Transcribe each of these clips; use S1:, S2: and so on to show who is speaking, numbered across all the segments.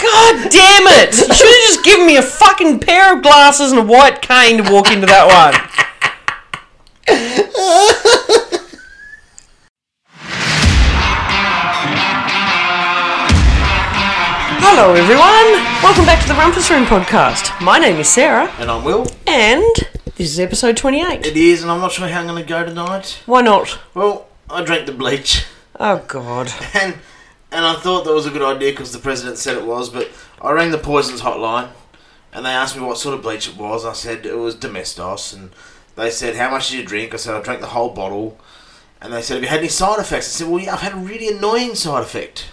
S1: God damn it! You should have just given me a fucking pair of glasses and a white cane to walk into that one. Hello, everyone. Welcome back to the Rumpus Room podcast. My name is Sarah,
S2: And I will.
S1: and this is episode 28.
S2: It is, and I'm not sure how I'm going to go tonight.
S1: Why not?
S2: Well, I drank the bleach,
S1: Oh, God.
S2: and and I thought that was a good idea because the president said it was. But I rang the poisons hotline, and they asked me what sort of bleach it was. I said it was Domestos, and they said how much did you drink? I said I drank the whole bottle, and they said have you had any side effects? I said well yeah, I've had a really annoying side effect.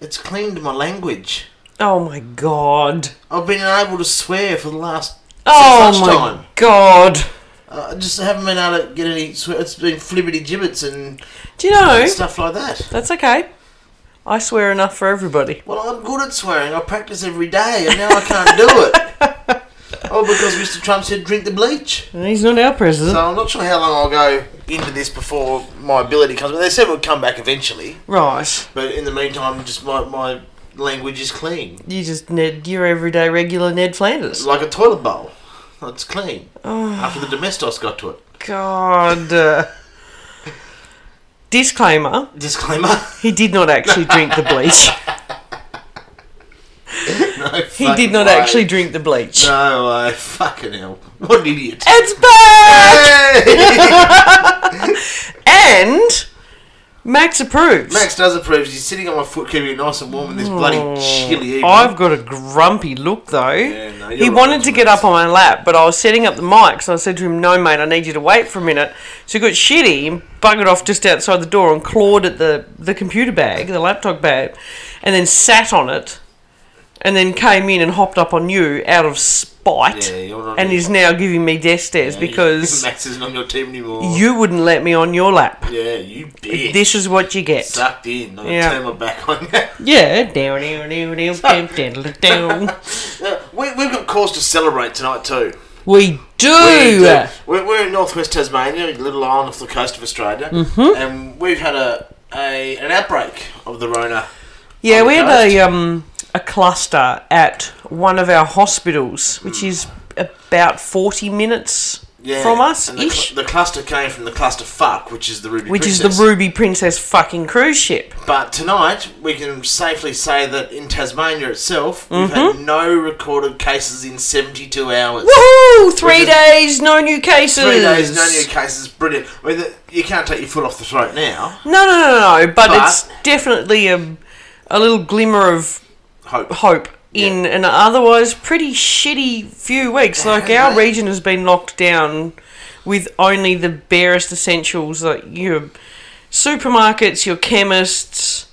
S2: It's cleaned my language.
S1: Oh, my God.
S2: I've been unable to swear for the last
S1: Oh,
S2: since
S1: my
S2: lunchtime.
S1: God.
S2: Uh, I just haven't been able to get any. Swear. It's been flibbity gibbets and
S1: Do you know?
S2: stuff like that.
S1: That's okay. I swear enough for everybody.
S2: Well, I'm good at swearing. I practice every day, and now I can't do it. oh, because Mr. Trump said drink the bleach.
S1: And He's not our president.
S2: So I'm not sure how long I'll go into this before my ability comes. But they said it would come back eventually.
S1: right.
S2: But in the meantime, just my my language is clean,
S1: You just Ned, you're everyday regular Ned Flanders.
S2: like a toilet bowl. It's clean.
S1: Ah.
S2: After the domestos got to it.
S1: God. uh, Disclaimer:
S2: Disclaimer.
S1: He did not actually drink the bleach.
S2: no
S1: He did not actually drink the bleach.
S2: No way. Fucking hell. What an idiot.
S1: It's back,
S2: Hey!
S1: and Max approves.
S2: Max does approve. He's sitting on my foot, keeping it nice and warm in this bloody chilly evening.
S1: Oh. I've got a grumpy look though.
S2: no,
S1: he
S2: you're right,
S1: wanted to
S2: Max.
S1: get up on my lap, but I was setting up the mics and I said to him, No, mate, I need you to wait for a minute. So he got shitty and buggered off just outside the door and clawed at the, the computer bag, the laptop bag, and then sat on it and then came in and hopped up on you out of spite
S2: Yeah, you're not
S1: and
S2: really-
S1: is now giving me death stares because
S2: Max isn't on your team anymore.
S1: you wouldn't let me on your lap.
S2: yeah, you bitch.
S1: This is what you get.
S2: Sucked in. I'm
S1: Yeah.
S2: gonna turn my back on you.
S1: yeah, down, down, down, down, down, down, down.
S2: Uh, we, we've got cause to celebrate tonight too.
S1: We do.
S2: We're, we're in northwest Tasmania, a little island off the coast of Australia,
S1: Mm-hmm.
S2: and we've had a, a an outbreak of the Rona.
S1: Yeah,
S2: on the
S1: we had a
S2: coast.
S1: um a cluster at one of our hospitals, which is about forty minutes
S2: Hmm. Yeah,
S1: from us
S2: and the,
S1: ish,
S2: cl- the cluster came from the cluster fuck, which is the Ruby.
S1: which is the
S2: Princess.
S1: Ruby Princess fucking cruise ship.
S2: But tonight, we can safely say that in Tasmania itself, we've had
S1: Mm-hmm.
S2: no recorded cases in 72 hours.
S1: Woohoo! Three
S2: is-
S1: days, no new cases.
S2: Three days, no new cases, brilliant. I mean, the- you can't take your foot off the throat now.
S1: No, no, no, no, no. But,
S2: But-
S1: it's definitely a a little glimmer of
S2: Hope.
S1: hope. In an otherwise pretty shitty few weeks, like
S2: Yeah,
S1: our
S2: mate.
S1: region has been locked down with only the barest essentials, like your supermarkets, your chemists.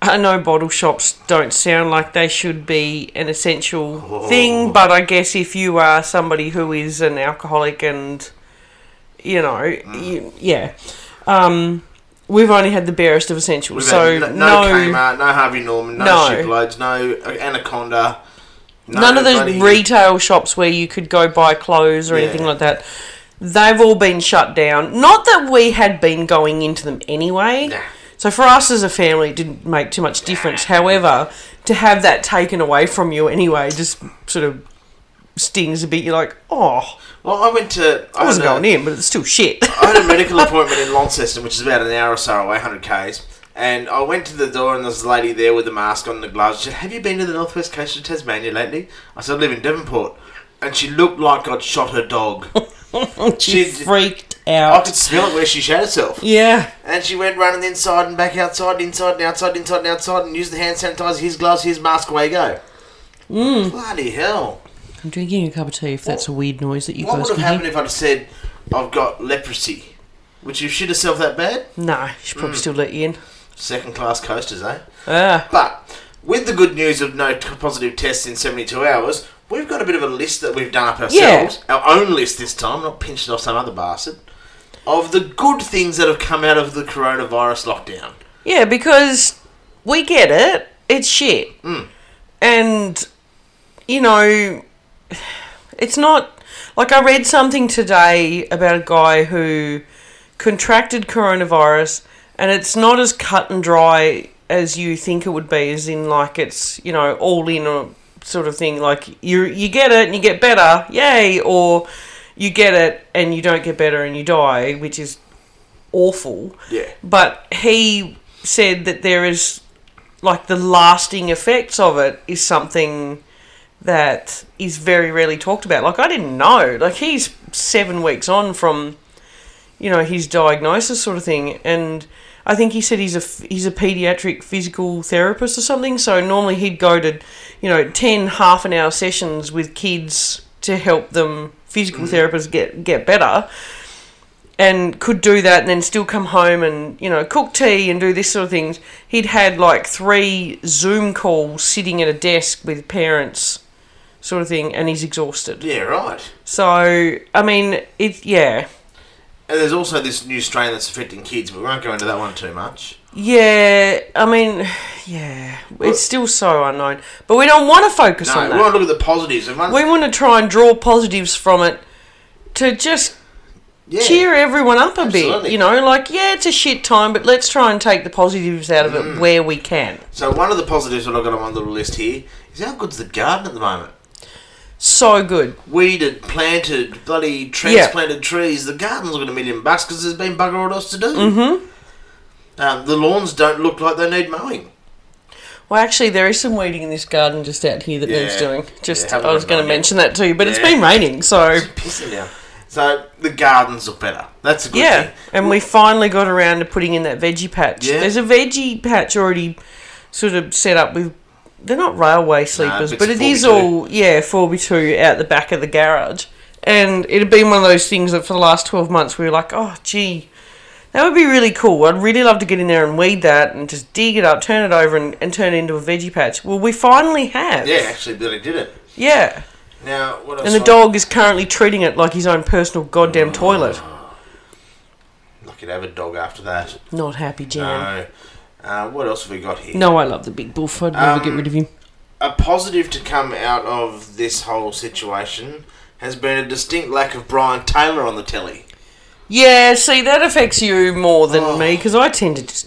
S1: I know bottle shops don't sound like they should be an essential
S2: Oh.
S1: thing, but I guess if you are somebody who is an alcoholic and you know,
S2: Mm.
S1: you, yeah, um, we've only had the barest of essentials.
S2: We've
S1: so
S2: had
S1: no,
S2: n- no, Kmart, no Harvey Norman, no,
S1: No.
S2: Shiploads, no Anaconda. no
S1: none of those
S2: bloody-
S1: retail shops where you could go buy clothes or
S2: Yeah.
S1: anything like that. They've all been shut down. Not that we had been going into them anyway.
S2: Nah.
S1: So for us as a family, it didn't make too much difference. However, to have that taken away from you anyway just sort of stings a bit. You're like, oh,
S2: Well, I went to.
S1: I wasn't
S2: had a-
S1: going in, but it's still shit.
S2: I had a medical appointment in Launceston, which is about an hour or so away, 100 k's. And I went to the door, and there's a lady there with a mask on and the gloves. She said, Have you been to the northwest coast of Tasmania lately? I said, I live in Devonport. And she looked like I'd shot her dog.
S1: she
S2: She-
S1: freaked
S2: I
S1: out.
S2: could smell it where she shat herself.
S1: yeah.
S2: And she went running inside and back outside, inside and outside, inside and outside, and used the hand sanitizer, his gloves, his mask, away you go. Bloody hell.
S1: I'm drinking a cup of tea if that's a weird noise that you
S2: What
S1: guys
S2: would
S1: can
S2: have
S1: hear.
S2: happened if I'd have said, I've got leprosy? Would you shit herself that bad?
S1: No, she probably
S2: Hmm.
S1: still let you in.
S2: Second class coasters, eh?
S1: Ah.
S2: But with the good news of no t- positive tests in 72 hours, we've got a bit of a list that we've done up ourselves. Our own list this time, not pinched off some other bastard. Of the good things that have come out of the coronavirus lockdown.
S1: Yeah, because we get it. It's shit. And, you know, it's not. Like, I read something today about a guy who contracted coronavirus, and it's not as cut and dry as you think it would be, as in like it's you know all in or sort of thing. Like you you get it and you get better, yay, or you get it and you don't get better and you die, which is awful.
S2: Yeah.
S1: But he said that there is like the lasting effects of it is something that is very rarely talked about. Like I didn't know. Like he's seven weeks on from you know his diagnosis sort of thing and I think he said he's a he's a pediatric physical therapist or something so normally he'd go to you know 10 half an hour sessions with kids to help them physical therapists get get better and could do that and then still come home and you know cook tea and do this sort of things he'd had like three zoom calls sitting at a desk with parents sort of thing and he's exhausted
S2: Yeah, right.
S1: so i mean it yeah
S2: And there's also this new strain that's affecting kids, but we won't go into that one too much.
S1: Yeah, I mean, yeah, it's still so unknown. But we don't want to focus
S2: No,
S1: on
S2: we
S1: that.
S2: want to look at the positives. And one,
S1: We want to try and draw positives from it to just
S2: yeah,
S1: cheer everyone up a bit.
S2: Absolutely.
S1: You know, like, yeah, it's a shit time, but let's try and take the positives out of
S2: Mm.
S1: it where we can.
S2: So one of the positives that I've got on my little list here is how good's the garden at the moment.
S1: So good.
S2: Weeded, planted, bloody transplanted trees. The garden's looking a million bucks because there's been bugger all else to do. Mm-hmm. Um, the lawns don't look like they need mowing.
S1: Well, actually, there is some weeding in this garden just out here that needs
S2: Yeah.
S1: doing. Just,
S2: Yeah, haven't
S1: I was
S2: got
S1: going to
S2: none yet.
S1: mention that too, but it's
S2: Yeah.
S1: been raining, so
S2: Pissing down. So the gardens look better. That's a good
S1: Yeah,
S2: thing.
S1: and we finally got around to putting in that veggie patch.
S2: Yeah.
S1: There's a veggie patch already sort of set up with. They're not railway sleepers,
S2: it's
S1: but
S2: a
S1: it is
S2: 4x2.
S1: all yeah four by two out the back of the garage, and it had been one of those things that for the last twelve months we were like, oh gee, that would be really cool. I'd really love to get in there and weed that and just dig it up, turn it over, and, and turn it into a veggie patch. Well, we finally have.
S2: Yeah, actually, Billy did it.
S1: Yeah.
S2: Now, what else?
S1: And the
S2: I-
S1: dog is currently treating it like his own personal goddamn toilet.
S2: Lucky to have a dog after that.
S1: Not happy, Jan.
S2: No. Uh, what else have we got here?
S1: No, I love the big buff. I'd never get rid of him.
S2: A positive to come out of this whole situation has been a distinct lack of Brian Taylor on the telly.
S1: Yeah, see, that affects you more than me 'cause
S2: Oh.
S1: me because I tend to just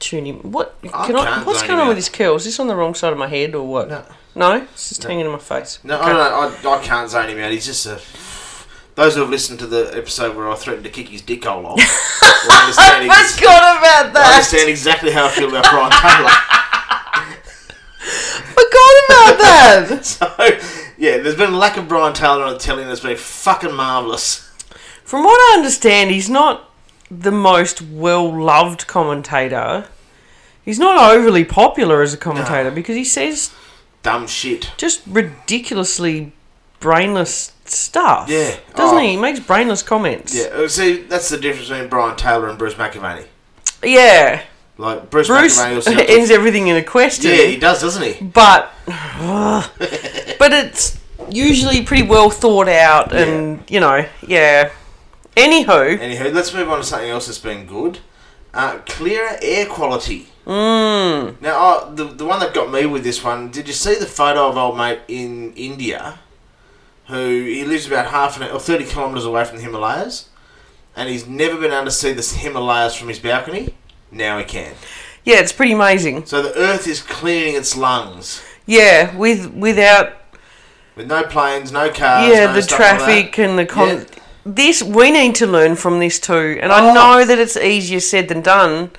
S1: tune him. What?
S2: I
S1: Can I,
S2: can't
S1: what's
S2: blame
S1: going on
S2: you.
S1: with his curl? Is this on the wrong side of my head or what?
S2: No.
S1: No, it's just hanging in my face.
S2: No,
S1: Okay.
S2: I don't know. I, I can't zone him out. He's just a. Those who have listened to the episode where I threatened to kick his dick hole off will understand,
S1: I
S2: ex-
S1: forgot about
S2: will
S1: that.
S2: understand exactly how I feel about Brian Taylor.
S1: Forgot about that.
S2: So, yeah, there's been a lack of Brian Taylor on the telly, and it's been fucking marvellous.
S1: From what I understand, he's not the most well-loved commentator. He's not overly popular as a commentator because he says
S2: Dumb shit.
S1: just ridiculously brainless stuff.
S2: Yeah.
S1: Doesn't
S2: Oh.
S1: he? He makes brainless comments.
S2: Yeah, uh, see, that's the difference between Brian Taylor and Bruce McAvaney.
S1: Yeah.
S2: Like, Bruce,
S1: Bruce
S2: McAvaney will sit up to-
S1: ends everything in a question.
S2: Yeah, he does, doesn't he?
S1: But but it's usually pretty well thought out and you know, yeah. Anywho,
S2: Anywho, let's move on to something else that's been good. Uh, clearer air quality.
S1: Hmm.
S2: Mm. Now, uh, the, the one that got me with this one, did you see the photo of old mate in India who he lives about half an or 30 kilometres away from the Himalayas and he's never been able to see the Himalayas from his balcony? Now he can.
S1: yeah, it's pretty amazing.
S2: So the earth is cleaning its lungs
S1: Yeah, with without
S2: with no planes, no cars.
S1: yeah,
S2: no
S1: the
S2: stuff like that.
S1: traffic and the con
S2: Yeah.
S1: this we need to learn from this too. And I
S2: Oh.
S1: know that it's easier said than done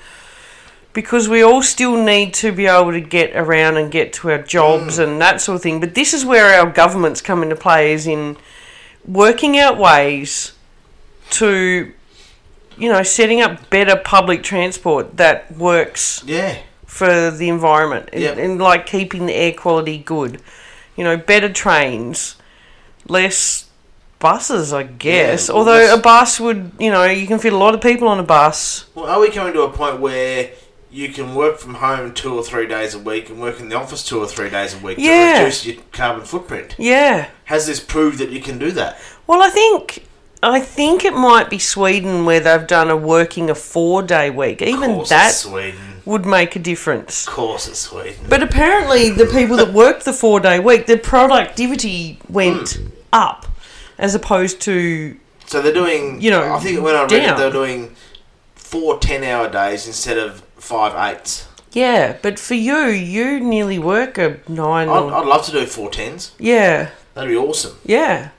S1: because we all still need to be able to get around and get to our jobs
S2: Mm.
S1: and that sort of thing. But this is where our governments come into play is in working out ways to you know, setting up better public transport that works
S2: Yeah.
S1: for the environment and,
S2: Yep.
S1: and like keeping the air quality good. You know, better trains, less buses, I guess.
S2: well,
S1: Although
S2: that's-
S1: a bus would, you know, you can fit a lot of people on a bus.
S2: Well, are we coming to a point where you can work from home two or three days a week and work in the office two or three days a week
S1: Yeah.
S2: to reduce your carbon footprint?
S1: Yeah.
S2: Has this proved that you can do that?
S1: Well, I think I think it might be Sweden where they've done a working a four day week.
S2: Of
S1: Even
S2: course it's
S1: that
S2: Sweden.
S1: would make a difference.
S2: Of course it's Sweden.
S1: But apparently, the people that worked the four day week, their productivity went
S2: Mm.
S1: up as opposed to
S2: So they're doing,
S1: You know,
S2: I think when I read
S1: down.
S2: it, they're doing four 10 hour days instead of five eights.
S1: Yeah, but for you, you nearly work a nine.
S2: I'd,
S1: Or,
S2: I'd love to do four tens.
S1: yeah,
S2: That'd be awesome.
S1: yeah.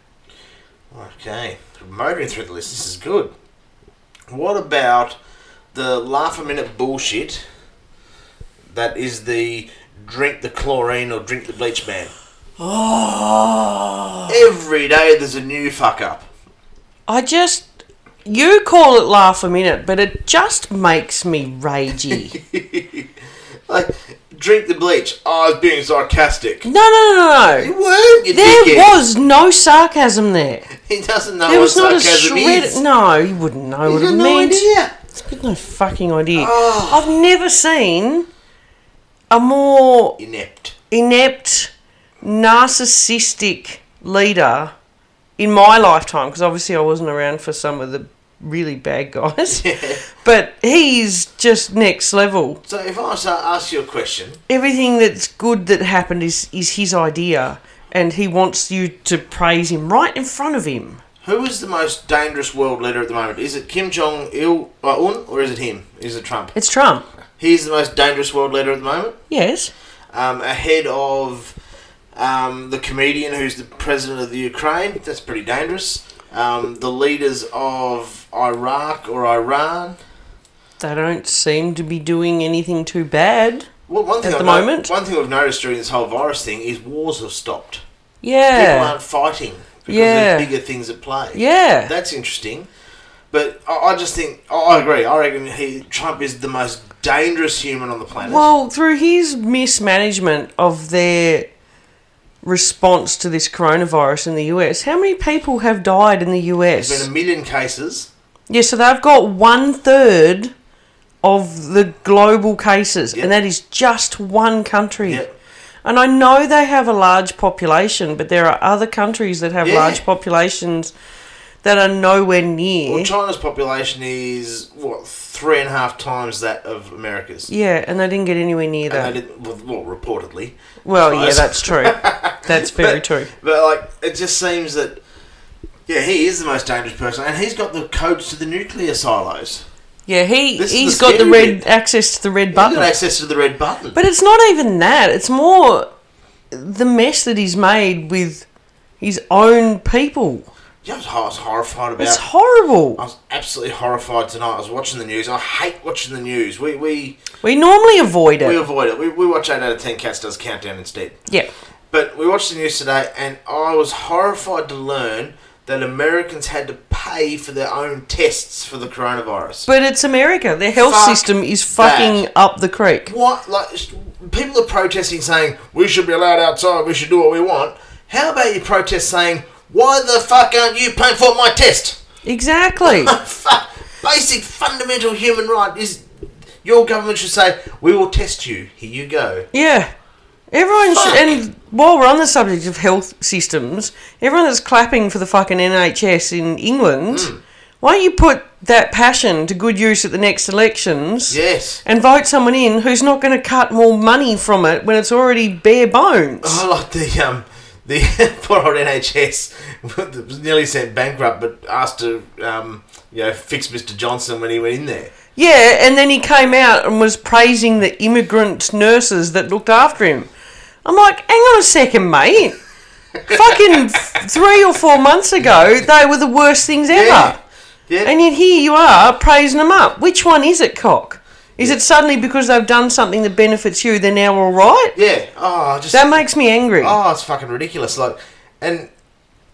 S2: Okay, motoring through the list. This is good. What about the laugh a minute bullshit? That is the drink the chlorine or drink the bleach man.
S1: Oh,
S2: Every day there's a new fuck up.
S1: I just. You call it laugh a minute, but it just makes me ragey.
S2: Like drink the bleach. Oh, I was being sarcastic.
S1: no, no, no, no,
S2: You
S1: no.
S2: weren't. You
S1: There
S2: dickhead.
S1: was no sarcasm there.
S2: He doesn't know
S1: There
S2: what
S1: was not a
S2: sarcasm is.
S1: shred. No, you wouldn't know
S2: He's
S1: what
S2: got
S1: it
S2: no
S1: means.
S2: idea.
S1: It's got no fucking idea.
S2: Oh.
S1: I've never seen a more
S2: Inept.
S1: inept, narcissistic leader in my lifetime, because obviously I wasn't around for some of the really bad guys. But he's just next level.
S2: So if I was to ask you a question,
S1: Everything that's good that happened is, is his idea, and he wants you to praise him right in front of him.
S2: who is the most dangerous world leader at the moment? Is it Kim Jong Il uh, Un or is it him? Is it Trump?
S1: It's Trump.
S2: He's the most dangerous world leader at the moment,
S1: Yes.
S2: um, ahead of um, the comedian who's the president of the Ukraine. That's pretty dangerous. Um, the leaders of Iraq or Iran.
S1: They don't seem to be doing anything too bad.
S2: Well, one thing
S1: At the
S2: I've no-
S1: moment?
S2: one thing we've noticed during this whole virus thing is wars have stopped. People
S1: Yeah.
S2: aren't fighting because
S1: Yeah.
S2: there's bigger things at play.
S1: Yeah.
S2: That's interesting. But I, I just think I I agree. I reckon he Trump is the most dangerous human on the planet.
S1: Well, through his mismanagement of their response to this coronavirus in the US, how many people have died in the
S2: There's been
S1: US?
S2: a million cases.
S1: Yeah, so they've got one third of the global cases,
S2: Yep.
S1: and that is just one country.
S2: Yep.
S1: And I know they have a large population, but there are other countries that have
S2: Yeah.
S1: large populations that are nowhere near.
S2: Well, China's population is what three and a half times that of America's.
S1: yeah, and they didn't get anywhere near that.
S2: And they did, well, well, reportedly.
S1: Well, yeah,
S2: Close.
S1: that's true. That's very true.
S2: But like, it just seems that yeah, he is the most dangerous person, and he's got the codes to the nuclear silos.
S1: Yeah, he
S2: This is
S1: he's
S2: the
S1: got the
S2: scary
S1: red
S2: bit.
S1: access to the red
S2: He's
S1: button.
S2: got access to the red button.
S1: But it's not even that. It's more the mess that he's made with his own people.
S2: yeah, I was- I was horrified about.
S1: It's horrible.
S2: I was absolutely horrified tonight. I was watching the news. I hate watching the news. We we
S1: We normally avoid
S2: we
S1: it.
S2: avoid it. We, we watch eight out of ten cats does countdown instead.
S1: Yeah.
S2: But we watched the news today, and I was horrified to learn that Americans had to pay for their own tests for the coronavirus.
S1: But it's America. Their health
S2: Fuck
S1: system is fucking up the creek.
S2: what? Like sh- people are protesting, saying we should be allowed outside. We should do what we want. How about you protest saying why the fuck aren't you paying for my test?
S1: Exactly.
S2: Fuck. Basic fundamental human right is your government should say we will test you. Here you go.
S1: Yeah. Everyone should,
S2: Fuck.
S1: and while we're on the subject of health systems, everyone that's clapping for the fucking NHS in England,
S2: Hmm.
S1: why don't you put that passion to good use at the next elections
S2: Yes.
S1: and vote someone in who's not going to cut more money from it when it's already bare bones?
S2: I like the um the poor old NHS that was nearly sent bankrupt, but asked to um you know fix Mr Johnson when he went in there.
S1: Yeah, and then he came out and was praising the immigrant nurses that looked after him. I'm like, hang on a second, mate. Fucking three or four months ago, they were the worst things ever.
S2: Yeah.
S1: And yet here you are praising them up. Which one is it, cock? Is it suddenly because they've done something that benefits you, they're now all right?
S2: yeah. Oh, just
S1: That makes me angry.
S2: oh, it's fucking ridiculous. Like, and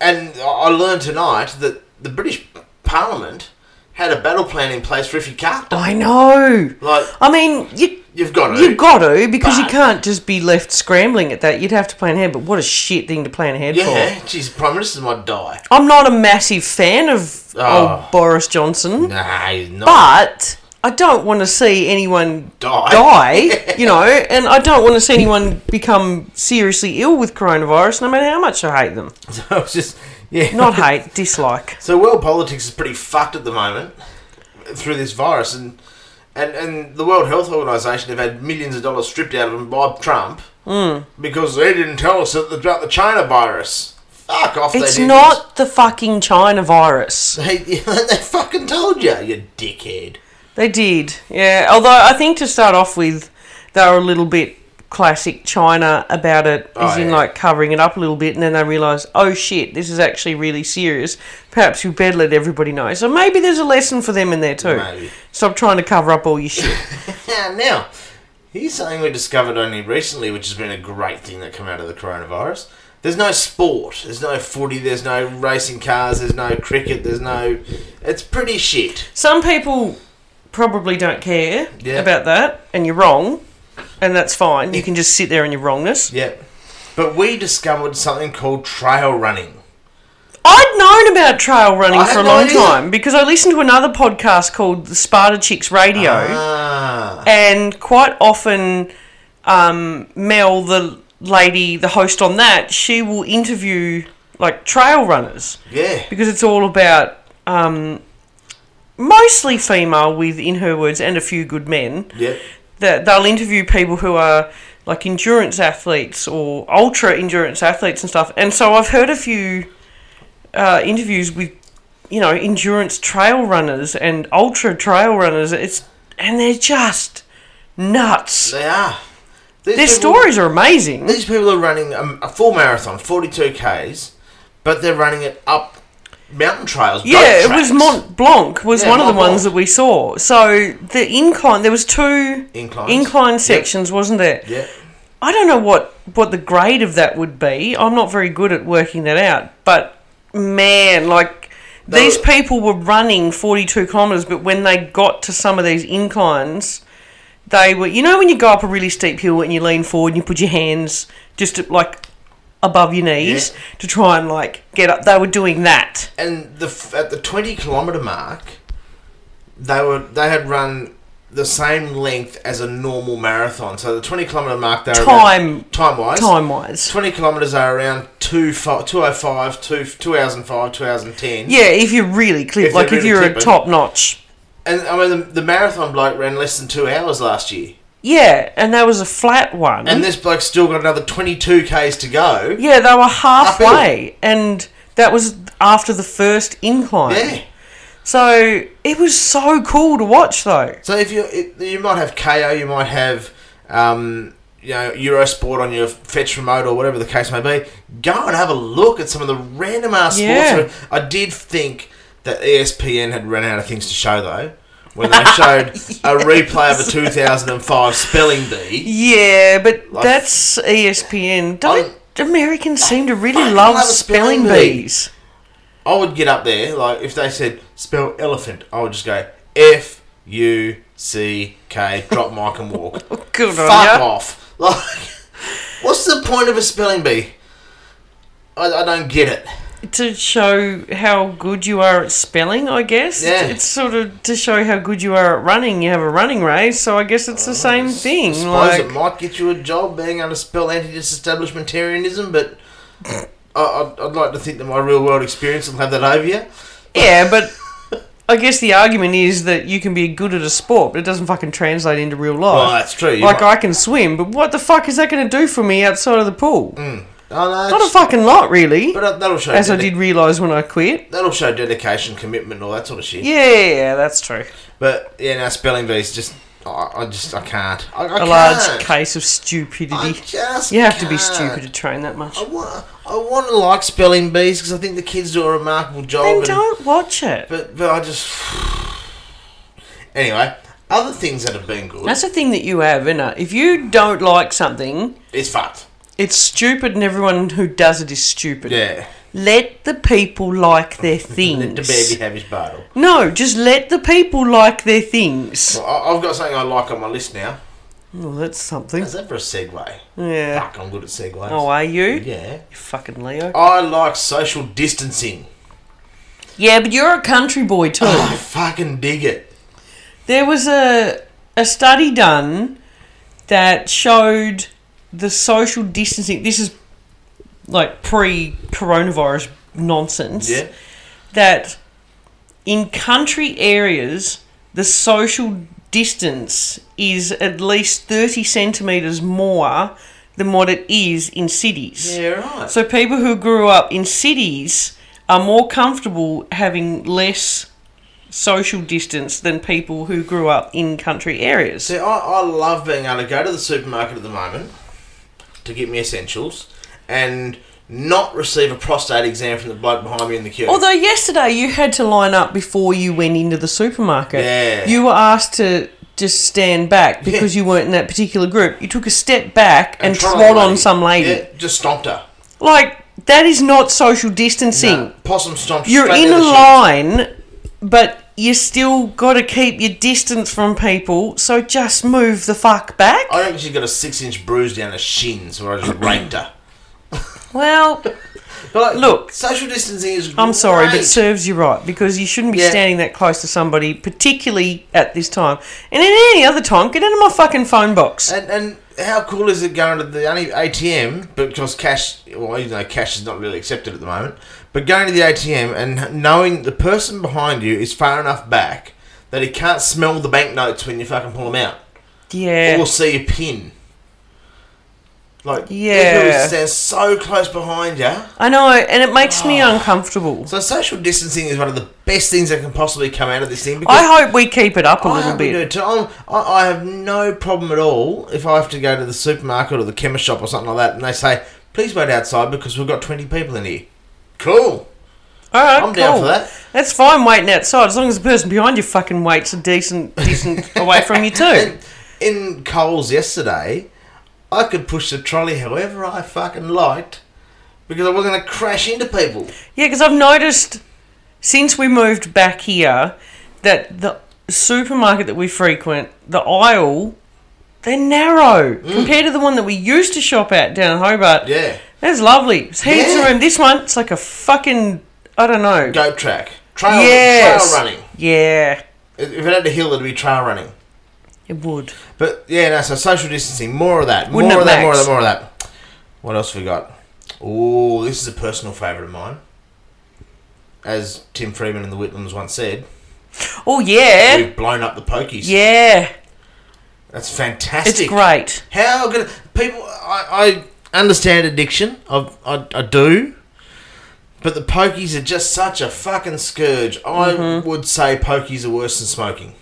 S2: and I- I learned tonight that the British Parliament had a battle plan in place for if you can't.
S1: I know.
S2: Like,
S1: I mean, you
S2: you've got to.
S1: Oh. you've got to because you
S2: But-
S1: can't just be left scrambling at that. You'd have to plan ahead. But what a shit thing to plan ahead for.
S2: Yeah, geez, Prime Minister might die.
S1: I'm not a massive fan of
S2: Oh.
S1: old Boris Johnson,
S2: Nah, he's not.
S1: but I don't want to see anyone
S2: Die.
S1: die, you know, and I don't want to see anyone become seriously ill with coronavirus, no matter how much I hate them.
S2: So it's just yeah.
S1: Not hate, dislike.
S2: So world politics is pretty fucked at the moment through this virus, and and and the World Health Organization have had millions of dollars stripped out of them by Trump
S1: Hmm.
S2: because they didn't tell us that- about the China virus. Fuck off!
S1: It's
S2: they didn't.
S1: not the fucking China virus.
S2: They, they fucking told you, you dickhead.
S1: They did, yeah. Although I think to start off with, they were a little bit classic China about it, as
S2: Oh,
S1: in
S2: yeah.
S1: like covering it up a little bit, and then they realise, oh shit, this is actually really serious. Perhaps we better let everybody know. So maybe there's a lesson for them in there too.
S2: Maybe.
S1: Stop trying to cover up all your shit.
S2: Yeah, now, here's something we discovered only recently, which has been a great thing that came out of the coronavirus. There's no sport. There's no footy. There's no racing cars. There's no cricket. There's no. It's pretty shit.
S1: Some people probably don't care
S2: Yeah.
S1: about that, and you're wrong, and that's fine. You can just sit there in your wrongness.
S2: Yep. But we discovered something called trail running.
S1: I'd known about trail running
S2: I
S1: for a
S2: had no
S1: long
S2: idea.
S1: time because I listened to another podcast called the Sparta Chicks Radio,
S2: Ah.
S1: and quite often, um, Mel, the lady, the host on that, she will interview like trail runners
S2: Yeah.
S1: because it's all about um, mostly female, with in her words, and a few good men.
S2: Yep.
S1: that they'll interview people who are like endurance athletes or ultra endurance athletes and stuff. And so I've heard a few uh, interviews with you know endurance trail runners and ultra trail runners. It's and they're just nuts.
S2: They are. These
S1: Their
S2: people-
S1: stories are amazing.
S2: These people are running a, a full marathon, 42 Ks, but they're running it up mountain trails. boat
S1: Yeah, it
S2: tracks.
S1: was Mont Blanc was
S2: Yeah,
S1: one of
S2: Mont
S1: the ones
S2: Blanc.
S1: that we saw. So the incline there was two
S2: Inclines.
S1: incline
S2: Yep.
S1: sections, wasn't there?
S2: Yeah.
S1: I don't know what what the grade of that would be. I'm not very good at working that out, but man, like
S2: They
S1: these
S2: were-
S1: people were running 42 kilometers, but when they got to some of these inclines, they were you know when you go up a really steep hill and you lean forward and you put your hands just at, like above your knees to try and like get up. They were doing that.
S2: and the f- at the 20 kilometer mark they were they had run the same length as a normal marathon so the 20 kilometer mark they were
S1: Time
S2: time wise
S1: time wise.
S2: 20 kilometers are around 2 fi- 205 2 2 hours and 5 2 hours and 10
S1: Yeah, if you're really clip,
S2: If they're
S1: like if
S2: really
S1: you're a
S2: clipping.
S1: top notch.
S2: and i mean the, the marathon bloke ran less than 2 hours last year
S1: Yeah, and that was a flat one.
S2: and this bloke's still got another 22 k's to go
S1: Yeah, they were
S2: Uphill.
S1: halfway, and that was after the first incline.
S2: yeah
S1: So it was so cool to watch, though.
S2: So if you it, you might have KO, you might have um, you know Eurosport on your fetch remote or whatever the case may be. Go and have a look at some of the random ass
S1: Yeah.
S2: sports. I did think that E ESPN had run out of things to show though. When they showed a replay of a 2005 spelling bee,
S1: Yeah, but
S2: Like-
S1: that's E ESPN. Don't Americans seem to really
S2: fucking
S1: love,
S2: love a
S1: spelling
S2: spelling bee.
S1: bees?
S2: I would get up there. Like if they said spell elephant, I would just go F U C K, drop mic and walk.
S1: Good
S2: Fuck
S1: on ya.
S2: off. Like, what's the point of a spelling bee? I, I don't get it.
S1: To show how good you are at spelling, I guess.
S2: Yeah.
S1: It's sort of to show how good you are at running. You have a running race, so I guess it's
S2: Oh,
S1: the same
S2: I
S1: thing.
S2: suppose
S1: Like,
S2: it might get you a job being able to spell anti-disestablishmentarianism, but I, I'd, I'd like to think that my real-world experience will have that over you.
S1: Yeah, but I guess the argument is that you can be good at a sport, but it doesn't fucking translate into real
S2: Oh,
S1: life.
S2: that's true. You
S1: like
S2: might-
S1: I can swim, but what the fuck is that going to do for me outside of the pool?
S2: oh, no,
S1: Not a
S2: it's-
S1: fucking lot, really.
S2: but uh, that'll show
S1: As I
S2: dedi-
S1: did realise when I quit.
S2: That'll show dedication, commitment, all that sort of shit.
S1: Yeah, that's true.
S2: But yeah, now spelling bees just. I, I just I can't. I, I
S1: A
S2: can't.
S1: large case of
S2: I
S1: stupidity.
S2: just
S1: You have to be
S2: can't.
S1: stupid to train that much.
S2: I want, I want to like spelling bees because I think the kids do a remarkable job.
S1: Then
S2: and-
S1: don't watch it.
S2: But but I just anyway. Other things that have been good
S1: That's the thing that you have, innit? If you don't like something,
S2: is fucked.
S1: it's stupid, and everyone who does it is stupid.
S2: Yeah,
S1: Let the people like their
S2: let the
S1: things.
S2: baby have his bottle.
S1: No, just let the people like their things.
S2: Well, I- I've got something I like on my list now.
S1: Well, that's something.
S2: Is that for a segue?
S1: Yeah.
S2: Fuck, I'm good at segues.
S1: Oh, are you? You
S2: yeah.
S1: fucking Leo.
S2: I like social distancing.
S1: Yeah, but you're a country boy too.
S2: I fucking dig it.
S1: there was a a study done that showed the social distancing. This is like pre-coronavirus nonsense.
S2: Yeah.
S1: that in country areas the social distance is at least 30 centimeters more than what it is in cities.
S2: Yeah, right.
S1: So people who grew up in cities are more comfortable having less social distance than people who grew up in country areas.
S2: See, I, I love being able to go to the supermarket at the moment to get me essentials and not receive a prostate exam from the bloke behind me in the queue.
S1: Although yesterday you had to line up before you went into the supermarket.
S2: Yeah.
S1: You were asked to just stand back because you weren't in that particular group. You took a step back and,
S2: Trot
S1: trod
S2: a
S1: on some lady.
S2: Yeah, just stomped her.
S1: Like that is not social distancing.
S2: No, possum stomped
S1: You're
S2: straight
S1: in
S2: down
S1: a
S2: the chute.
S1: line, but you still got to keep your distance from people. So just move the fuck back.
S2: I reckon she got a six inch bruise down her shins where I just raped her.
S1: well,
S2: But like,
S1: Look,
S2: social distancing is.
S1: I'm sorry,
S2: great.
S1: but serves you right because you shouldn't be
S2: Yeah.
S1: standing that close to somebody, particularly at this time. And at any other time, get out of my fucking phone box.
S2: And, and how cool is it going to the only ATM because cash? Well, even though cash is not really accepted at the moment, but going to the ATM and knowing the person behind you is far enough back that he can't smell the banknotes when you fucking pull them out
S1: Yeah.
S2: or see a pin. Like
S1: Yeah.
S2: people stand so close behind you.
S1: I know, and it makes me uncomfortable.
S2: Ah. So social distancing is one of the best things that can possibly come out of this thing. Because
S1: I hope we keep it up a
S2: I
S1: little
S2: hope we
S1: bit.
S2: do too. I'm- I, I have no problem at all if I have to go to the supermarket or the chemist shop or something like that, and they say, "Please wait outside because we've got twenty people in here." Cool.
S1: All right, cool.
S2: I'm down for that.
S1: That's fine waiting outside as long as the person behind you fucking waits a decent, decent away from you too.
S2: And in Coles yesterday, I could push the trolley however I fucking liked because I wasn't going to crash into people.
S1: Yeah, because I've noticed since we moved back here that the supermarket that we frequent, the aisle, they're narrow compared to the one that we used to shop at down Hobart.
S2: Mm. Yeah.
S1: That's lovely. It's heaps of
S2: Yeah.
S1: room. This one, it's like a fucking, I don't know.
S2: Goat track, trail,
S1: yes.
S2: trail running.
S1: Yeah,
S2: If it had a hill, it'd be trail running.
S1: it would.
S2: But yeah, no, so social distancing, more of that,
S1: Wouldn't it,
S2: more of that, more of
S1: Max?
S2: that, more of that. What else we got? Oh, this is a personal favourite of mine. As Tim Freeman and the Whitlams once said,
S1: Oh, yeah.
S2: we've blown up the pokies.
S1: Yeah.
S2: That's
S1: It's
S2: fantastic.
S1: great.
S2: How good people? I, I understand addiction. I, I I do. But the pokies are just such a fucking scourge. I
S1: Mm-hmm.
S2: would say pokies are worse than smoking.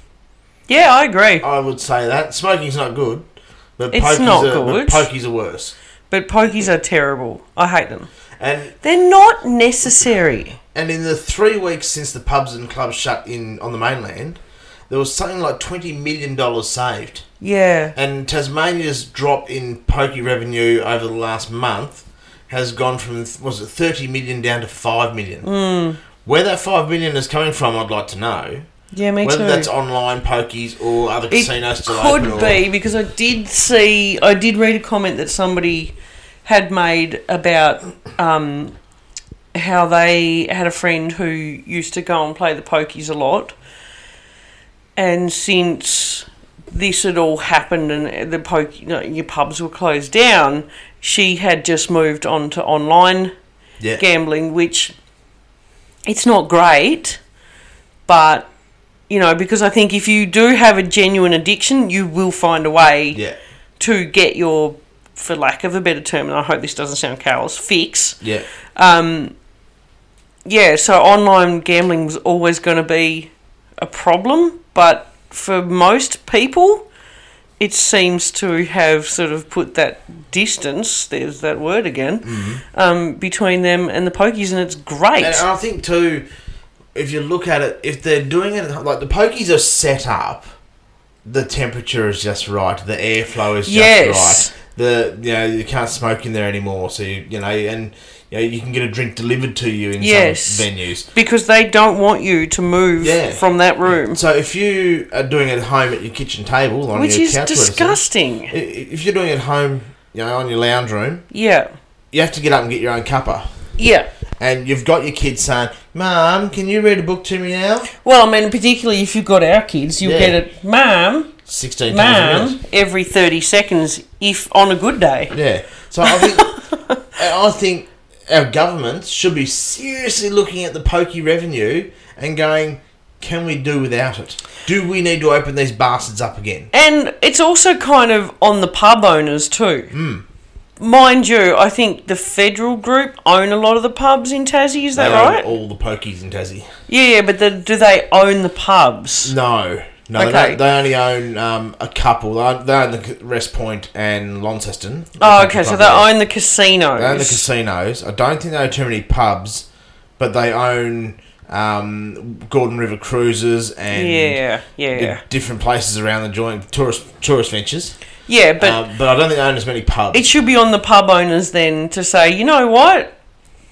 S1: Yeah, I agree.
S2: I would say that smoking's not good, but
S1: It's
S2: pokies
S1: not
S2: are,
S1: good.
S2: But pokies are worse.
S1: But pokies are terrible. I hate them.
S2: And
S1: They're not necessary.
S2: and in the three weeks since the pubs and clubs shut in on the mainland, there was something like twenty million dollars saved.
S1: Yeah.
S2: And Tasmania's drop in pokey revenue over the last month has gone from was it thirty million down to five million.
S1: Hmm.
S2: Where that five million is coming from, I'd like to know.
S1: Yeah, me
S2: Whether
S1: too.
S2: that's online pokies or other casinos
S1: it
S2: still
S1: could
S2: open. or-
S1: be because I did see, I did read a comment that somebody had made about um, how they had a friend who used to go and play the pokies a lot, and since this had all happened and the poke, you know, your pubs were closed down, she had just moved on to online
S2: yeah.
S1: gambling, which it's not great, but you know, because I think if you do have a genuine addiction, you will find a way
S2: Yeah.
S1: to get your, for lack of a better term, and I hope this doesn't sound callous, fix.
S2: Yeah.
S1: Yeah, so online gambling was always going to be a problem, but for most people, it seems to have sort of put that distance, there's that word again, um, between them and the pokies, and it's great.
S2: Mm-hmm. And I think too, if you look at it, if they're doing it like the pokies are set up, the temperature is just right, the airflow is just
S1: Yes.
S2: right. The you know you can't smoke in there anymore, so you you know and you know you can get a drink delivered to you in
S1: Yes.
S2: some venues.
S1: because they don't want you to move
S2: Yeah.
S1: from that room,
S2: So if you are doing it at home at your kitchen table, on
S1: which
S2: your
S1: is
S2: couch or something,
S1: disgusting.
S2: i- i- If you're doing it at home, you know on your lounge room,
S1: Yeah,
S2: you have to get up and get your own cuppa.
S1: yeah.
S2: And you've got your kids saying, "Mum, can you read a book to me now?"
S1: Well, I mean, particularly if you've got our kids, you'll
S2: Yeah.
S1: get it, ma'am,
S2: Sixteen times a minute.
S1: ma'am, every thirty seconds, if on a good day.
S2: Yeah. So I think and I think our government should be seriously looking at the pokey revenue and going, can we do without it? Do we need to open these bastards up again? Hmm.
S1: And it's also kind of on the pub owners too. Mind you, I think the federal group own a lot of the pubs in Tassie. Is that
S2: They own
S1: right?
S2: all the pokies in Tassie.
S1: Yeah, yeah, but the, do they own the pubs?
S2: No, no, they,
S1: Okay.
S2: don't- they only own um, a couple. They own, they own the Rest Point and Launceston.
S1: Oh, okay, so they
S2: own.
S1: own the casinos.
S2: They own the casinos. I don't think they own too many pubs, but they own um, Gordon River Cruises and
S1: yeah,
S2: di-
S1: yeah,
S2: different places around the joint tourist tourist ventures.
S1: yeah. But
S2: Uh, but I don't think they own as many pubs.
S1: it should be on the pub owners then to say, you know what,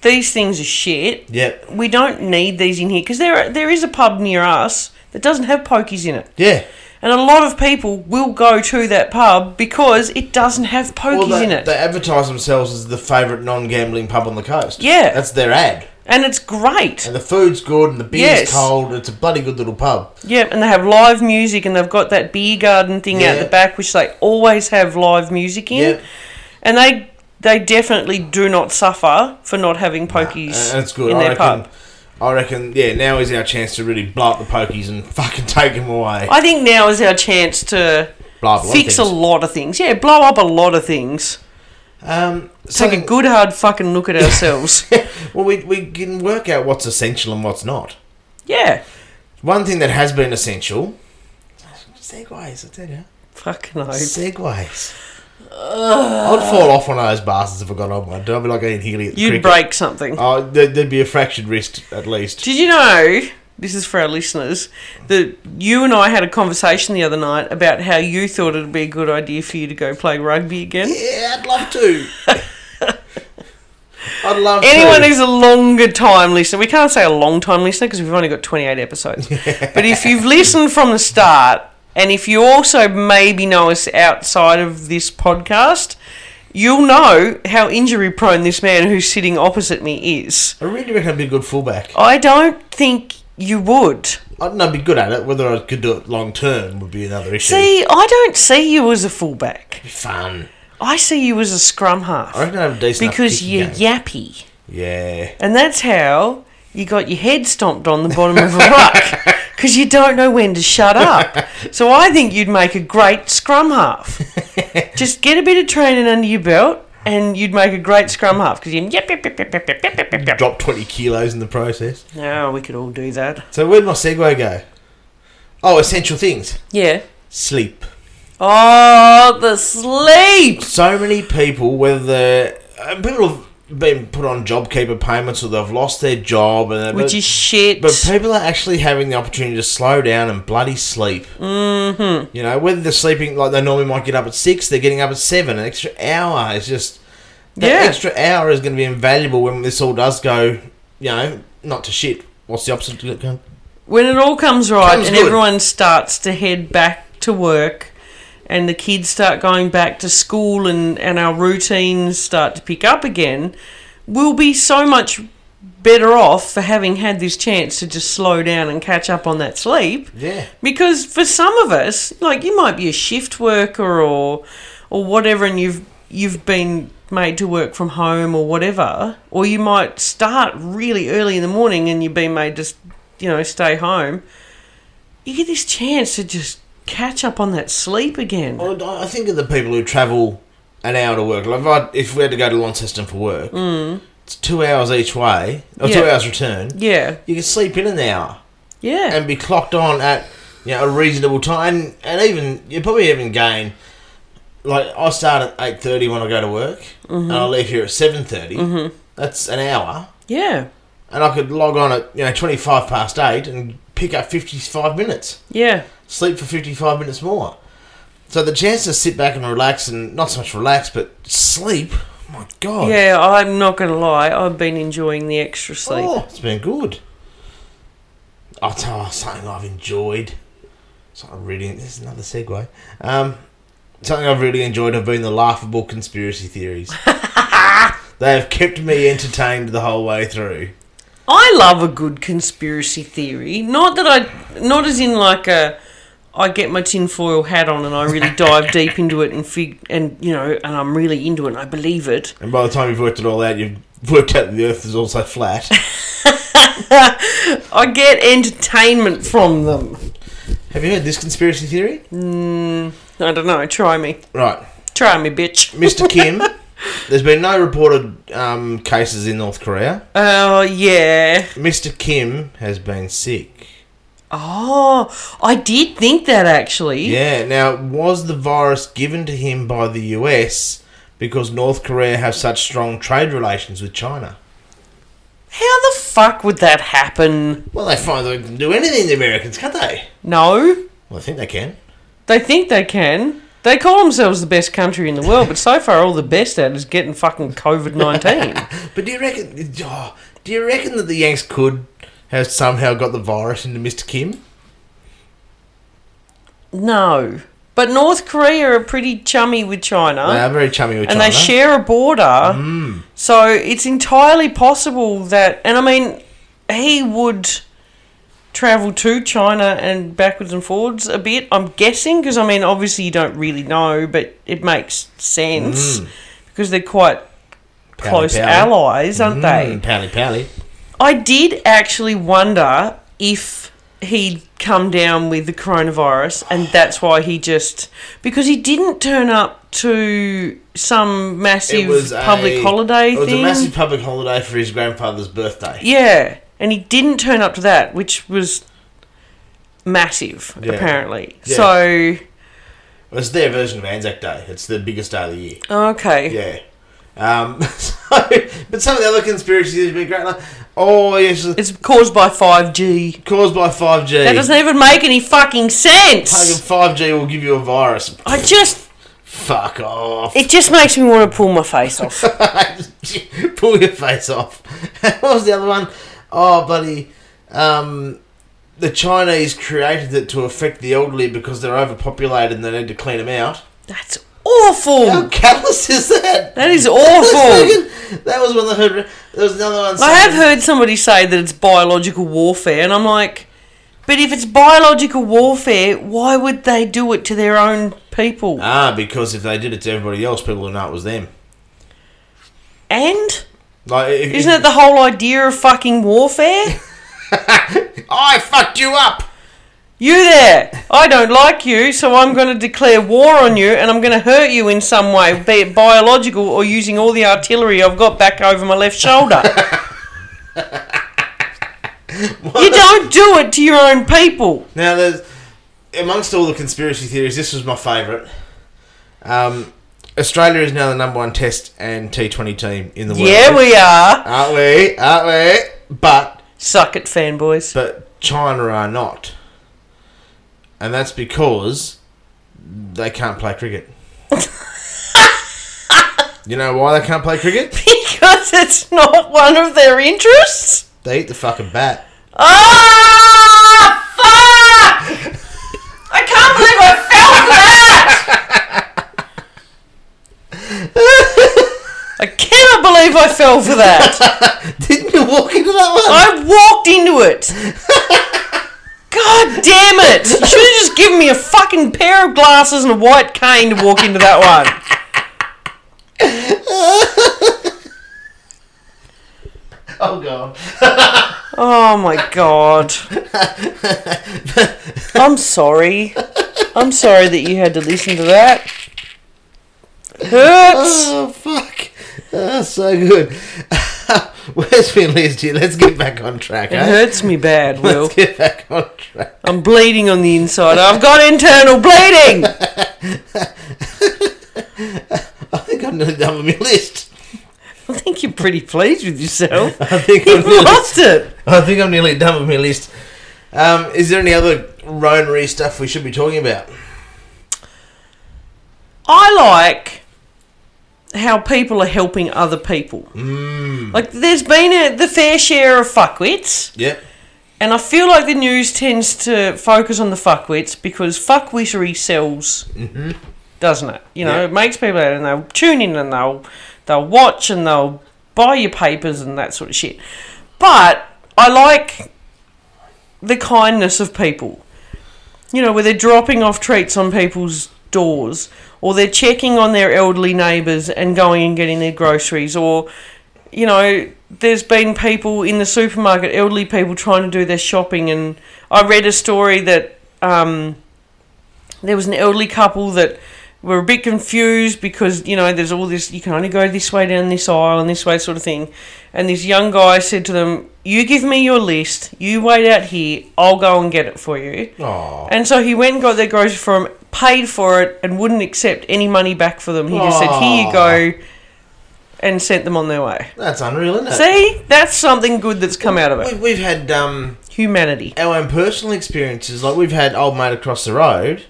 S1: these things are shit.
S2: yep.
S1: We don't need these in here because there there is a pub near us that doesn't have pokies in it,
S2: Yeah.
S1: and a lot of people will go to that pub because it doesn't have pokies
S2: Well, they,
S1: in it,
S2: they advertise themselves as the favourite non-gambling pub on the coast.
S1: Yeah.
S2: That's their ad.
S1: and it's great.
S2: And the food's good and the beer's
S1: Yes.
S2: cold. It's a bloody good little pub.
S1: Yeah, and they have live music, and they've got that beer garden thing out
S2: Yeah.
S1: the back, which they always have live music in.
S2: Yep.
S1: and they they definitely do not suffer for not having pokies
S2: And it's Uh, good.
S1: in
S2: I
S1: their
S2: reckon,
S1: pub.
S2: I reckon, yeah, now is our chance to really blow up the pokies and fucking take them away.
S1: I think now is our chance to
S2: Blow up lot of
S1: fix a
S2: things.
S1: lot of things. Yeah, blow up a lot of things.
S2: Um,
S1: Take a
S2: something-
S1: good hard fucking look at ourselves.
S2: well, we, we can work out what's essential and what's not.
S1: yeah,
S2: One thing that has been essential. Segways, I tell you.
S1: fucking oath.
S2: Segways. I'd fall off one of those bastards if I got on one. I'd be like Ian Healy at the
S1: You'd
S2: cricket.
S1: break something.
S2: Oh, there'd, there'd be a fractured wrist at least.
S1: Did you know? This is for our listeners. That you and I had a conversation the other night about how you thought it'd be a good idea for you to go play rugby again.
S2: Yeah, I'd love to. I'd love
S1: Anyone
S2: to.
S1: who's a longer time listener, we can't say a long time listener because we've only got 28 episodes. But if you've listened from the start, and if you also maybe know us outside of this podcast, you'll know how injury prone this man who's sitting opposite me is.
S2: I really reckon I'd be a good fullback.
S1: I don't think you would.
S2: I don't know, I'd be good at it. Whether I could do it long term would be another issue.
S1: See, I don't see you as a fullback.
S2: It'd be fun.
S1: I see you as a scrum
S2: I
S1: half
S2: reckon I have a decent enough
S1: because
S2: kicking
S1: you're
S2: game.
S1: yappy.
S2: yeah.
S1: And that's how you got your head stomped on the bottom of a ruck because you don't know when to shut up. So I think you'd make a great scrum half. Just get a bit of training under your belt and you'd make a great scrum half because you yep, yep, yep, yep, yep, yep, yep, yep, yep.
S2: Drop twenty kilos in the process.
S1: Oh, we could all do that.
S2: So where'd my segue go? Oh, essential things.
S1: Yeah.
S2: Sleep.
S1: Oh, the sleep.
S2: So many people, whether they're- uh, people have been put on JobKeeper payments or they've lost their job, and
S1: Which
S2: but,
S1: is shit.
S2: but people are actually having the opportunity to slow down and bloody sleep. Mm-hmm. You know, whether they're sleeping like they normally might get up at six, they're getting up at seven. An extra hour is just that
S1: Yeah.
S2: extra hour is going to be invaluable when this all does go. You know, not to shit. What's the opposite? to it?
S1: when it all comes right
S2: Comes
S1: and
S2: good.
S1: everyone starts to head back to work and the kids start going back to school and, and our routines start to pick up again, we'll be so much better off for having had this chance to just slow down and catch up on that sleep.
S2: Yeah.
S1: Because for some of us, like you might be a shift worker or or whatever and you've you've been made to work from home or whatever, or you might start really early in the morning and you've been made to s- you know stay home. You get this chance to just catch up on that sleep again.
S2: Well, I I think of the people who travel an hour to work. Like if, I, if we had to go to Launceston for work, it's two hours each way, or two
S1: Yeah.
S2: hours return.
S1: Yeah.
S2: You can sleep in an hour
S1: Yeah.
S2: and be clocked on at you know, a reasonable time, and, and even you probably even gain. Like I start at eight thirty when I go to work, and I leave here at seven That's an hour,
S1: yeah.
S2: and I could log on at you know twenty five past eight and pick up fifty five minutes
S1: Yeah.
S2: sleep for 55 minutes more. So the chance to sit back and relax, and not so much relax, but sleep, oh my God.
S1: Yeah, I'm not going to lie. I've been enjoying the extra sleep.
S2: Oh, it's been good. I'll tell you something I've enjoyed. Something I really, this is another segue. Um, something I've really enjoyed have been the laughable conspiracy theories. they have kept me entertained the whole way through.
S1: I love a good conspiracy theory. Not that I, not as in like a, I get my tinfoil hat on and I really dive deep into it and fig and you know and I'm really into it and I believe it.
S2: And by the time you've worked it all out, you've worked out that the earth is also flat.
S1: I get entertainment from them.
S2: have you heard this conspiracy theory?
S1: I don't know. Try me.
S2: Right.
S1: Try me, bitch.
S2: Mr. Kim There's been no reported um, cases in North Korea.
S1: Oh, yeah.
S2: Mr. Kim has been sick.
S1: Oh, I did think that actually.
S2: Yeah, now, was the virus given to him by the US because North Korea have such strong trade relations with China?
S1: How the fuck would that happen?
S2: Well, they find they can do anything, the Americans, can't they?
S1: No.
S2: Well, I think they can.
S1: They think they can. They call themselves the best country in the world, but so far all the best at is getting fucking COVID 19.
S2: But do you reckon? Oh, do you reckon that the Yanks could have somehow got the virus into Mr. Kim?
S1: no. But North Korea are pretty chummy with China.
S2: They are very chummy with
S1: and
S2: China. Mm.
S1: they share a border. So it's entirely possible that, and I mean, he would travel to China and backwards and forwards a bit. I'm guessing because I mean, obviously you don't really know, but it makes sense
S2: Mm.
S1: because they're quite
S2: Pally
S1: close
S2: pally.
S1: allies, aren't they?
S2: Mm, pally pally.
S1: I did actually wonder if he'd come down with the coronavirus and that's why he just because he didn't turn up to some massive public
S2: a-
S1: holiday
S2: It was
S1: thing.
S2: a massive public holiday for his grandfather's birthday.
S1: yeah, and he didn't turn up to that, which was massive
S2: Yeah.
S1: apparently.
S2: Yeah. It's their version of Anzac Day. It's the biggest day of the year.
S1: So okay.
S2: Yeah. Um, so, but some of the other conspiracies have been great. Like, oh, yes, it's
S1: It's caused by 5G.
S2: caused by 5G.
S1: That doesn't even make any fucking
S2: Fucking
S1: sense.
S2: 5G will give you a virus.
S1: I just
S2: Fuck off.
S1: it just makes me want to pull my face off.
S2: Pull your face off. what was the other one? Oh, buddy. Um, the Chinese created it to affect the elderly because they're overpopulated and they need to clean them out.
S1: That's awful.
S2: How callous is that?
S1: That is
S2: That's
S1: awful.
S2: fucking- That was one I heard. There was another one.
S1: I have
S2: saying-
S1: heard somebody say that it's biological warfare, and I'm like, but if it's biological warfare, why would they do it to their own people?
S2: Ah, because if they did it to everybody else, people would know it was them.
S1: and
S2: Like, if,
S1: isn't it the whole idea of fucking warfare?
S2: I fucked you up.
S1: you there, I don't like you, so I'm going to declare war on you, and I'm going to hurt you in some way, be it biological or using all the artillery I've got back over my left shoulder. you don't do it to your own people.
S2: Now, there's amongst all the conspiracy theories, this was my favourite. Um, Australia is now the number one Test and T20 team in the world.
S1: Yeah, we are.
S2: aren't we? Aren't we? But
S1: Suck it, fanboys.
S2: but China are not, and that's because they can't play cricket. you know why they can't play cricket?
S1: Because it's not one of their interests?
S2: They eat the fucking bat.
S1: Ah! Fuck! I can't believe I fell for that! I cannot believe I fell for that!
S2: Didn't you walk into that one?
S1: I walked into it! God damn it! You should have just given me a fucking pair of glasses and a white cane to walk into that one.
S2: Oh god.
S1: Oh my god. I'm sorry. I'm sorry that you had to listen to that. Hurts.
S2: Oh fuck! That's so good. Where's Finley's G? Let's get back on track,
S1: It
S2: eh?
S1: hurts me bad, Will.
S2: Let's get back on track.
S1: I'm bleeding on the inside. I've got internal bleeding.
S2: I think I'm nearly done with my list.
S1: I think you're pretty pleased with yourself.
S2: I think I'm
S1: You've
S2: nearly,
S1: lost it.
S2: I think I'm nearly done with my list. Um, is there any other Ronery stuff we should be talking about?
S1: I like how people are helping other people. Like there's been a, the fair share of fuckwits.
S2: Yep.
S1: And I feel like the news tends to focus on the fuckwits because fuckwittery sells, doesn't it? You know,
S2: Yeah.
S1: it makes people out and they'll tune in and they'll they'll watch and they'll buy your papers and that sort of shit. But I like the kindness of people. You know, where they're dropping off treats on people's doors or they're checking on their elderly neighbours and going and getting their groceries or you know, there's been people in the supermarket, elderly people trying to do their shopping, and I read a story that um, there was an elderly couple that were a bit confused because you know there's all this you can only go this way down this aisle and this way sort of thing and this young guy said to them you give me your list you wait out here i'll go and get it for you
S2: Oh.
S1: and so he went and got their grocery for him paid for it and wouldn't accept any money back for them he just said here you go and sent them on their way
S2: That's unreal, isn't it?
S1: see that's something good that's come out of it
S2: We've, we've had um,
S1: humanity
S2: our own personal experiences. Like, we've had old mate across the road.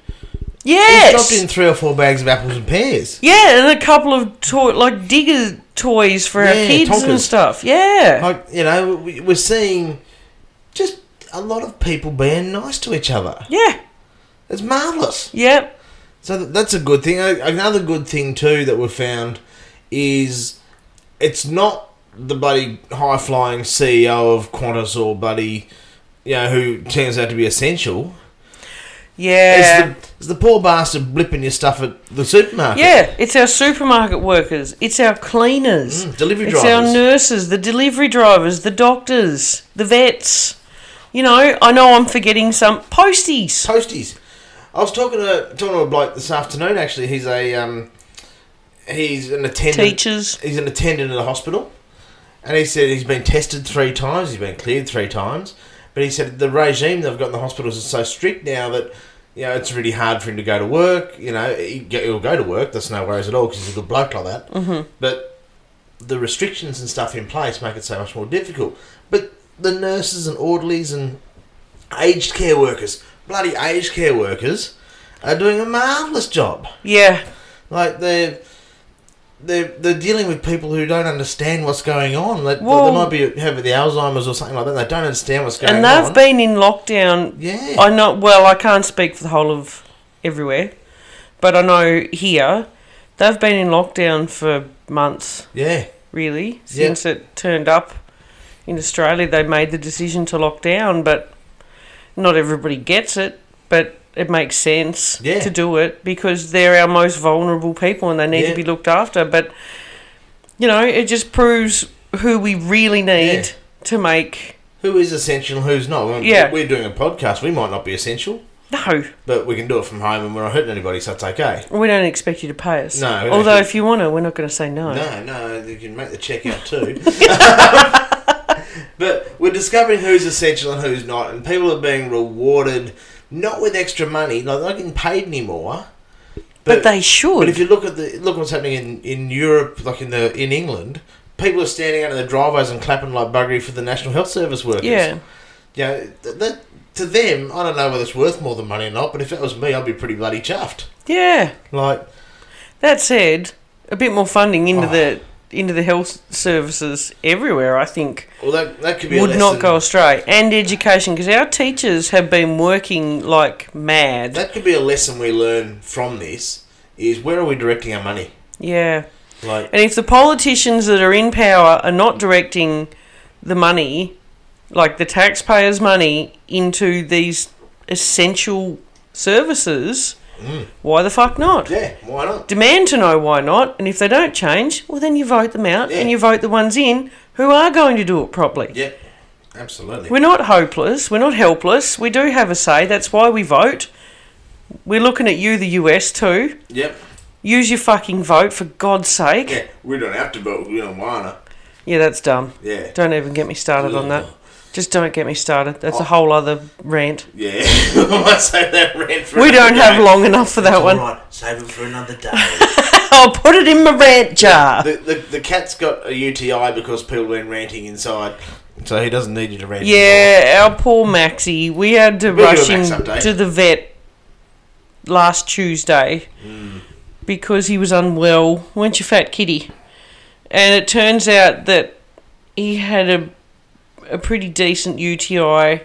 S2: He
S1: yes
S2: stopped in three or four bags of apples and pears.
S1: Yeah, and a couple of toy like digger toys for our
S2: Yeah,
S1: kids and
S2: Tonkas.
S1: stuff. Yeah.
S2: Like, you know, we- we're seeing just a lot of people being nice to each other.
S1: Yeah.
S2: It's marvellous.
S1: Yeah.
S2: So th- that's a good thing. A- Another good thing too that we've found is it's not the bloody high flying CEO of Qantas or bloody you know who turns out to be essential.
S1: Yeah.
S2: It's, the, it's the poor bastard blipping your stuff at the supermarket.
S1: yeah, it's our supermarket workers, it's our cleaners,
S2: Mm, delivery
S1: it's our
S2: drivers.
S1: nurses, the delivery drivers, the doctors, the vets. You know, I know I'm forgetting some posties.
S2: Posties. I was talking to talking to a bloke this afternoon. Actually, he's a um, he's an attendant.
S1: Teachers.
S2: he's an attendant at a hospital, and he said he's been tested three times, he's been cleared three times, but he said the regime they've got in the hospitals is so strict now that you know it's really hard for him to go to work. You know he, go- he'll go to work, that's no worries at all because he's a good bloke like that. Mm-hmm. But the restrictions and stuff in place make it so much more difficult. But the nurses and orderlies and aged care workers, bloody aged care workers, are doing a marvellous job.
S1: Yeah.
S2: Like they're they're they're dealing with people who don't understand what's going on. Like they-
S1: Well-
S2: they might be having the Alzheimer's or something like that. They don't understand what's going
S1: And
S2: on.
S1: they've been in lockdown
S2: yeah.
S1: I know. Well, I can't speak for the whole of everywhere, but I know here they've been in lockdown for months.
S2: yeah.
S1: Really,
S2: Yeah.
S1: since it turned up in Australia, they made the decision to lock down, but not everybody gets it. But it makes sense
S2: Yeah.
S1: to do it because they're our most vulnerable people and they need
S2: Yeah.
S1: to be looked after. But you know, it just proves who we really need to make.
S2: Who is essential and who's not? When
S1: Yeah.
S2: We're doing a podcast. We might not be essential,
S1: No,
S2: but we can do it from home and we're not hurting anybody, so it's okay.
S1: we don't expect you to pay us.
S2: No, we don't
S1: Although,
S2: expect-
S1: if you want to, we're not going to say
S2: No, no, you can make the check out too. but we're discovering who's essential and who's not, and people are being rewarded not with extra money, like they're not getting paid anymore.
S1: But, they should.
S2: But if you look at the look what's happening in, in Europe, like in the in England, people are standing out of their driveways and clapping like buggery for the National Health Service workers.
S1: yeah,
S2: You know, th- that, to them, I don't know whether it's worth more than money or not, but if that was me, I'd be pretty bloody chuffed.
S1: yeah.
S2: Like,
S1: That said, a bit more funding into
S2: Oh.
S1: the into the health services everywhere, I think,
S2: well, that, that could be a
S1: would not
S2: lesson-
S1: go astray, and education because our teachers have been working like mad.
S2: That could be a lesson we learn from this: is where are we directing our money?
S1: yeah,
S2: Like,
S1: and if the politicians that are in power are not directing the money, like the taxpayers' money, into these essential services,
S2: Mm.
S1: why the fuck not?
S2: yeah, why not?
S1: demand to know why not, and if they don't change, well, then you vote them out
S2: Yeah.
S1: and you vote the ones in who are going to do it properly.
S2: Yeah, absolutely.
S1: We're not hopeless, we're not helpless, we do have a say, that's why we vote. We're looking at you, the US, too.
S2: Yep.
S1: Use your fucking vote, for God's sake.
S2: Yeah, we don't have to vote. We don't wanna.
S1: Yeah, that's dumb.
S2: Yeah.
S1: Don't even get me started on that. Just don't get me started.
S2: Oh.
S1: That's a whole other rant.
S2: Yeah. I say that rant for
S1: We
S2: another
S1: don't have
S2: day.
S1: long enough for that
S2: It's all
S1: one.
S2: right, save it for another day.
S1: I'll put it in my rant jar.
S2: the, the, the cat's got a UTI because people have been ranting inside, so he doesn't need you to rant.
S1: Yeah, our poor Maxie. We had to
S2: We'll do a
S1: rush him
S2: Max update.
S1: to the vet last Tuesday because he was unwell. Weren't you, fat kitty? And it turns out that he had a a pretty decent UTI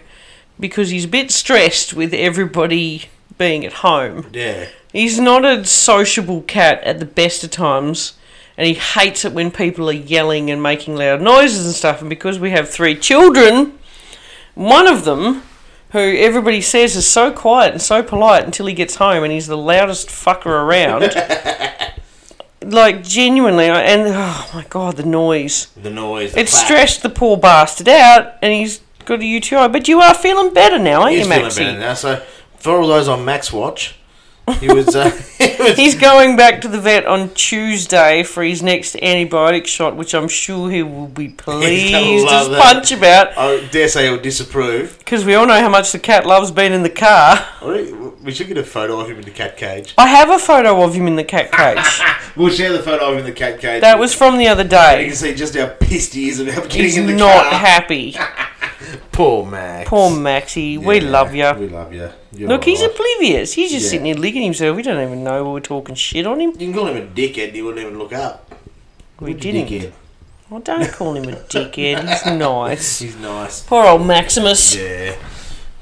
S1: because he's a bit stressed with everybody being at home.
S2: Yeah.
S1: He's not a sociable cat at the best of times, and he hates it when people are yelling and making loud noises and stuff. And because we have three children, one of them, who everybody says is so quiet and so polite until he gets home and he's the loudest fucker around. like, genuinely, I- and oh my god, the noise.
S2: The noise. The
S1: It's
S2: clap.
S1: stressed the poor bastard out, and he's got a UTI. But you are feeling better now, aren't
S2: He's
S1: you,
S2: feeling
S1: Maxie?
S2: better now. So for all those on Max Watch, He was. Uh, he was
S1: He's going back to the vet on Tuesday for his next antibiotic shot, which I'm sure he will be pleased as
S2: love that.
S1: punch about
S2: I dare say he'll disapprove.
S1: because we all know how much the cat loves being in the car.
S2: We we should get a photo of him in the cat cage.
S1: I have a photo of him in the cat cage.
S2: We'll share the photo of him in the cat cage.
S1: That was from the other
S2: You
S1: day.
S2: can see just how pissed he is about getting
S1: He's
S2: in the
S1: not
S2: car.
S1: happy.
S2: Poor Max.
S1: Poor Maxie. we
S2: Yeah,
S1: love ya.
S2: We love you.
S1: Look, he's oblivious. He's just
S2: Yeah.
S1: sitting there licking himself. We don't even know we're talking shit on him.
S2: You can call him a dickhead. and He wouldn't even look up.
S1: We
S2: What a
S1: didn't.
S2: dickhead.
S1: Well, don't call him a dickhead. He's nice.
S2: He's nice.
S1: Poor old Maximus.
S2: Yeah.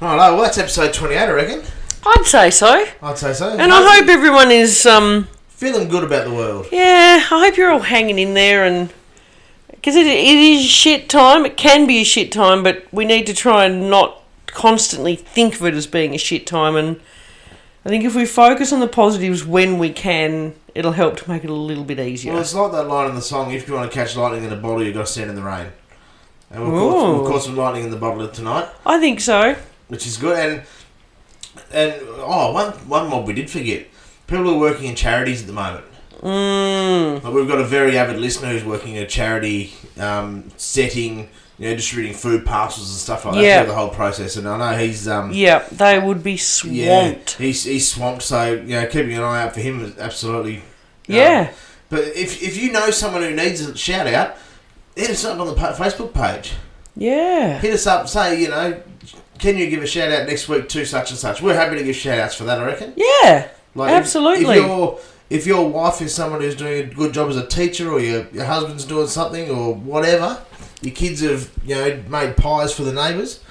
S2: All right. Well, that's episode twenty-eight. I reckon.
S1: I'd say so.
S2: I'd say so.
S1: And I hope everyone is, um,
S2: feeling good about the world.
S1: yeah, I hope you're all hanging in there and. Because it, it is shit time. It can be a shit time, but we need to try and not constantly think of it as being a shit time. And I think if we focus on the positives when we can, it'll help to make it a little bit easier.
S2: Well, it's like that line in the song: "If you want to catch lightning in a bottle, you got to stand in the rain." And we've caught,
S1: Ooh.
S2: we've caught some lightning in the bottle tonight,
S1: I think so.
S2: which is good. And and oh, one one mob we did forget: people who are working in charities at the moment.
S1: Mm,
S2: Like, we've got a very avid listener who's working in a charity um, setting, you know, distributing food parcels and stuff like
S1: Yeah.
S2: that through the whole process. And I know he's um,
S1: yeah, they would be
S2: yeah,
S1: swamped.
S2: he's he's swamped. So you know, keeping an eye out for him is absolutely. um,
S1: Yeah.
S2: but if if you know someone who needs a shout out, hit us up on the pa- Facebook page.
S1: Yeah.
S2: Hit us up, say you know. Can you give a shout out next week to such and such? We're happy to give shout outs for that, I reckon.
S1: Yeah.
S2: if-
S1: Absolutely.
S2: If, your if your wife is someone who's doing a good job as a teacher, or your, your husband's doing something, or whatever, your kids have you know made pies for the neighbours.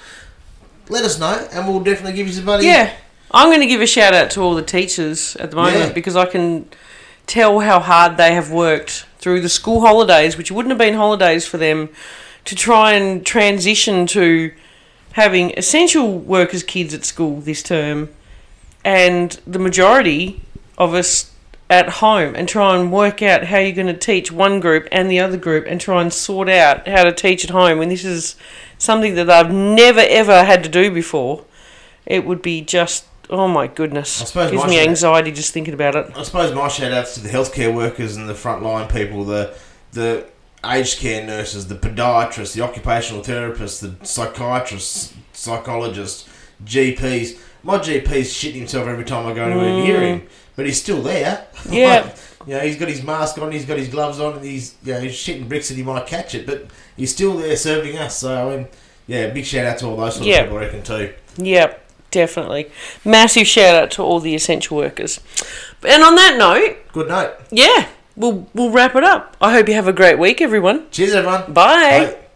S2: Let us know, and we'll definitely give you some money.
S1: Yeah. I'm going to give a shout out to all the teachers at the moment
S2: Yeah.
S1: because I can tell how hard they have worked through the school holidays, which wouldn't have been holidays for them, to try and transition to having essential workers' kids at school this term and the majority of us at home and try and work out how you're going to teach one group and the other group and try and sort out how to teach at home when this is something that I've never ever had to do before it would be just oh my goodness
S2: I suppose
S1: gives
S2: my
S1: me
S2: share-
S1: anxiety just thinking about it
S2: I suppose my shout outs to the healthcare workers and the frontline people, the the aged care nurses, the podiatrists, the occupational therapists, the psychiatrists, psychologists, GPs. My GP's shitting himself every time I go anywhere near him, but he's still there.
S1: Mm. Yeah.
S2: you know, he's got his mask on, he's got his gloves on, and he's you know, he's shitting bricks and he might catch it, but he's still there serving us. So I mean, yeah, big shout out to all those sort
S1: Yeah.
S2: of people, I reckon too.
S1: Yep, definitely. Massive shout out to all the essential workers. And on that note,
S2: Good night.
S1: yeah, we'll we'll wrap it up. I hope you have a great week, everyone.
S2: Cheers, everyone.
S1: Bye.
S2: Bye.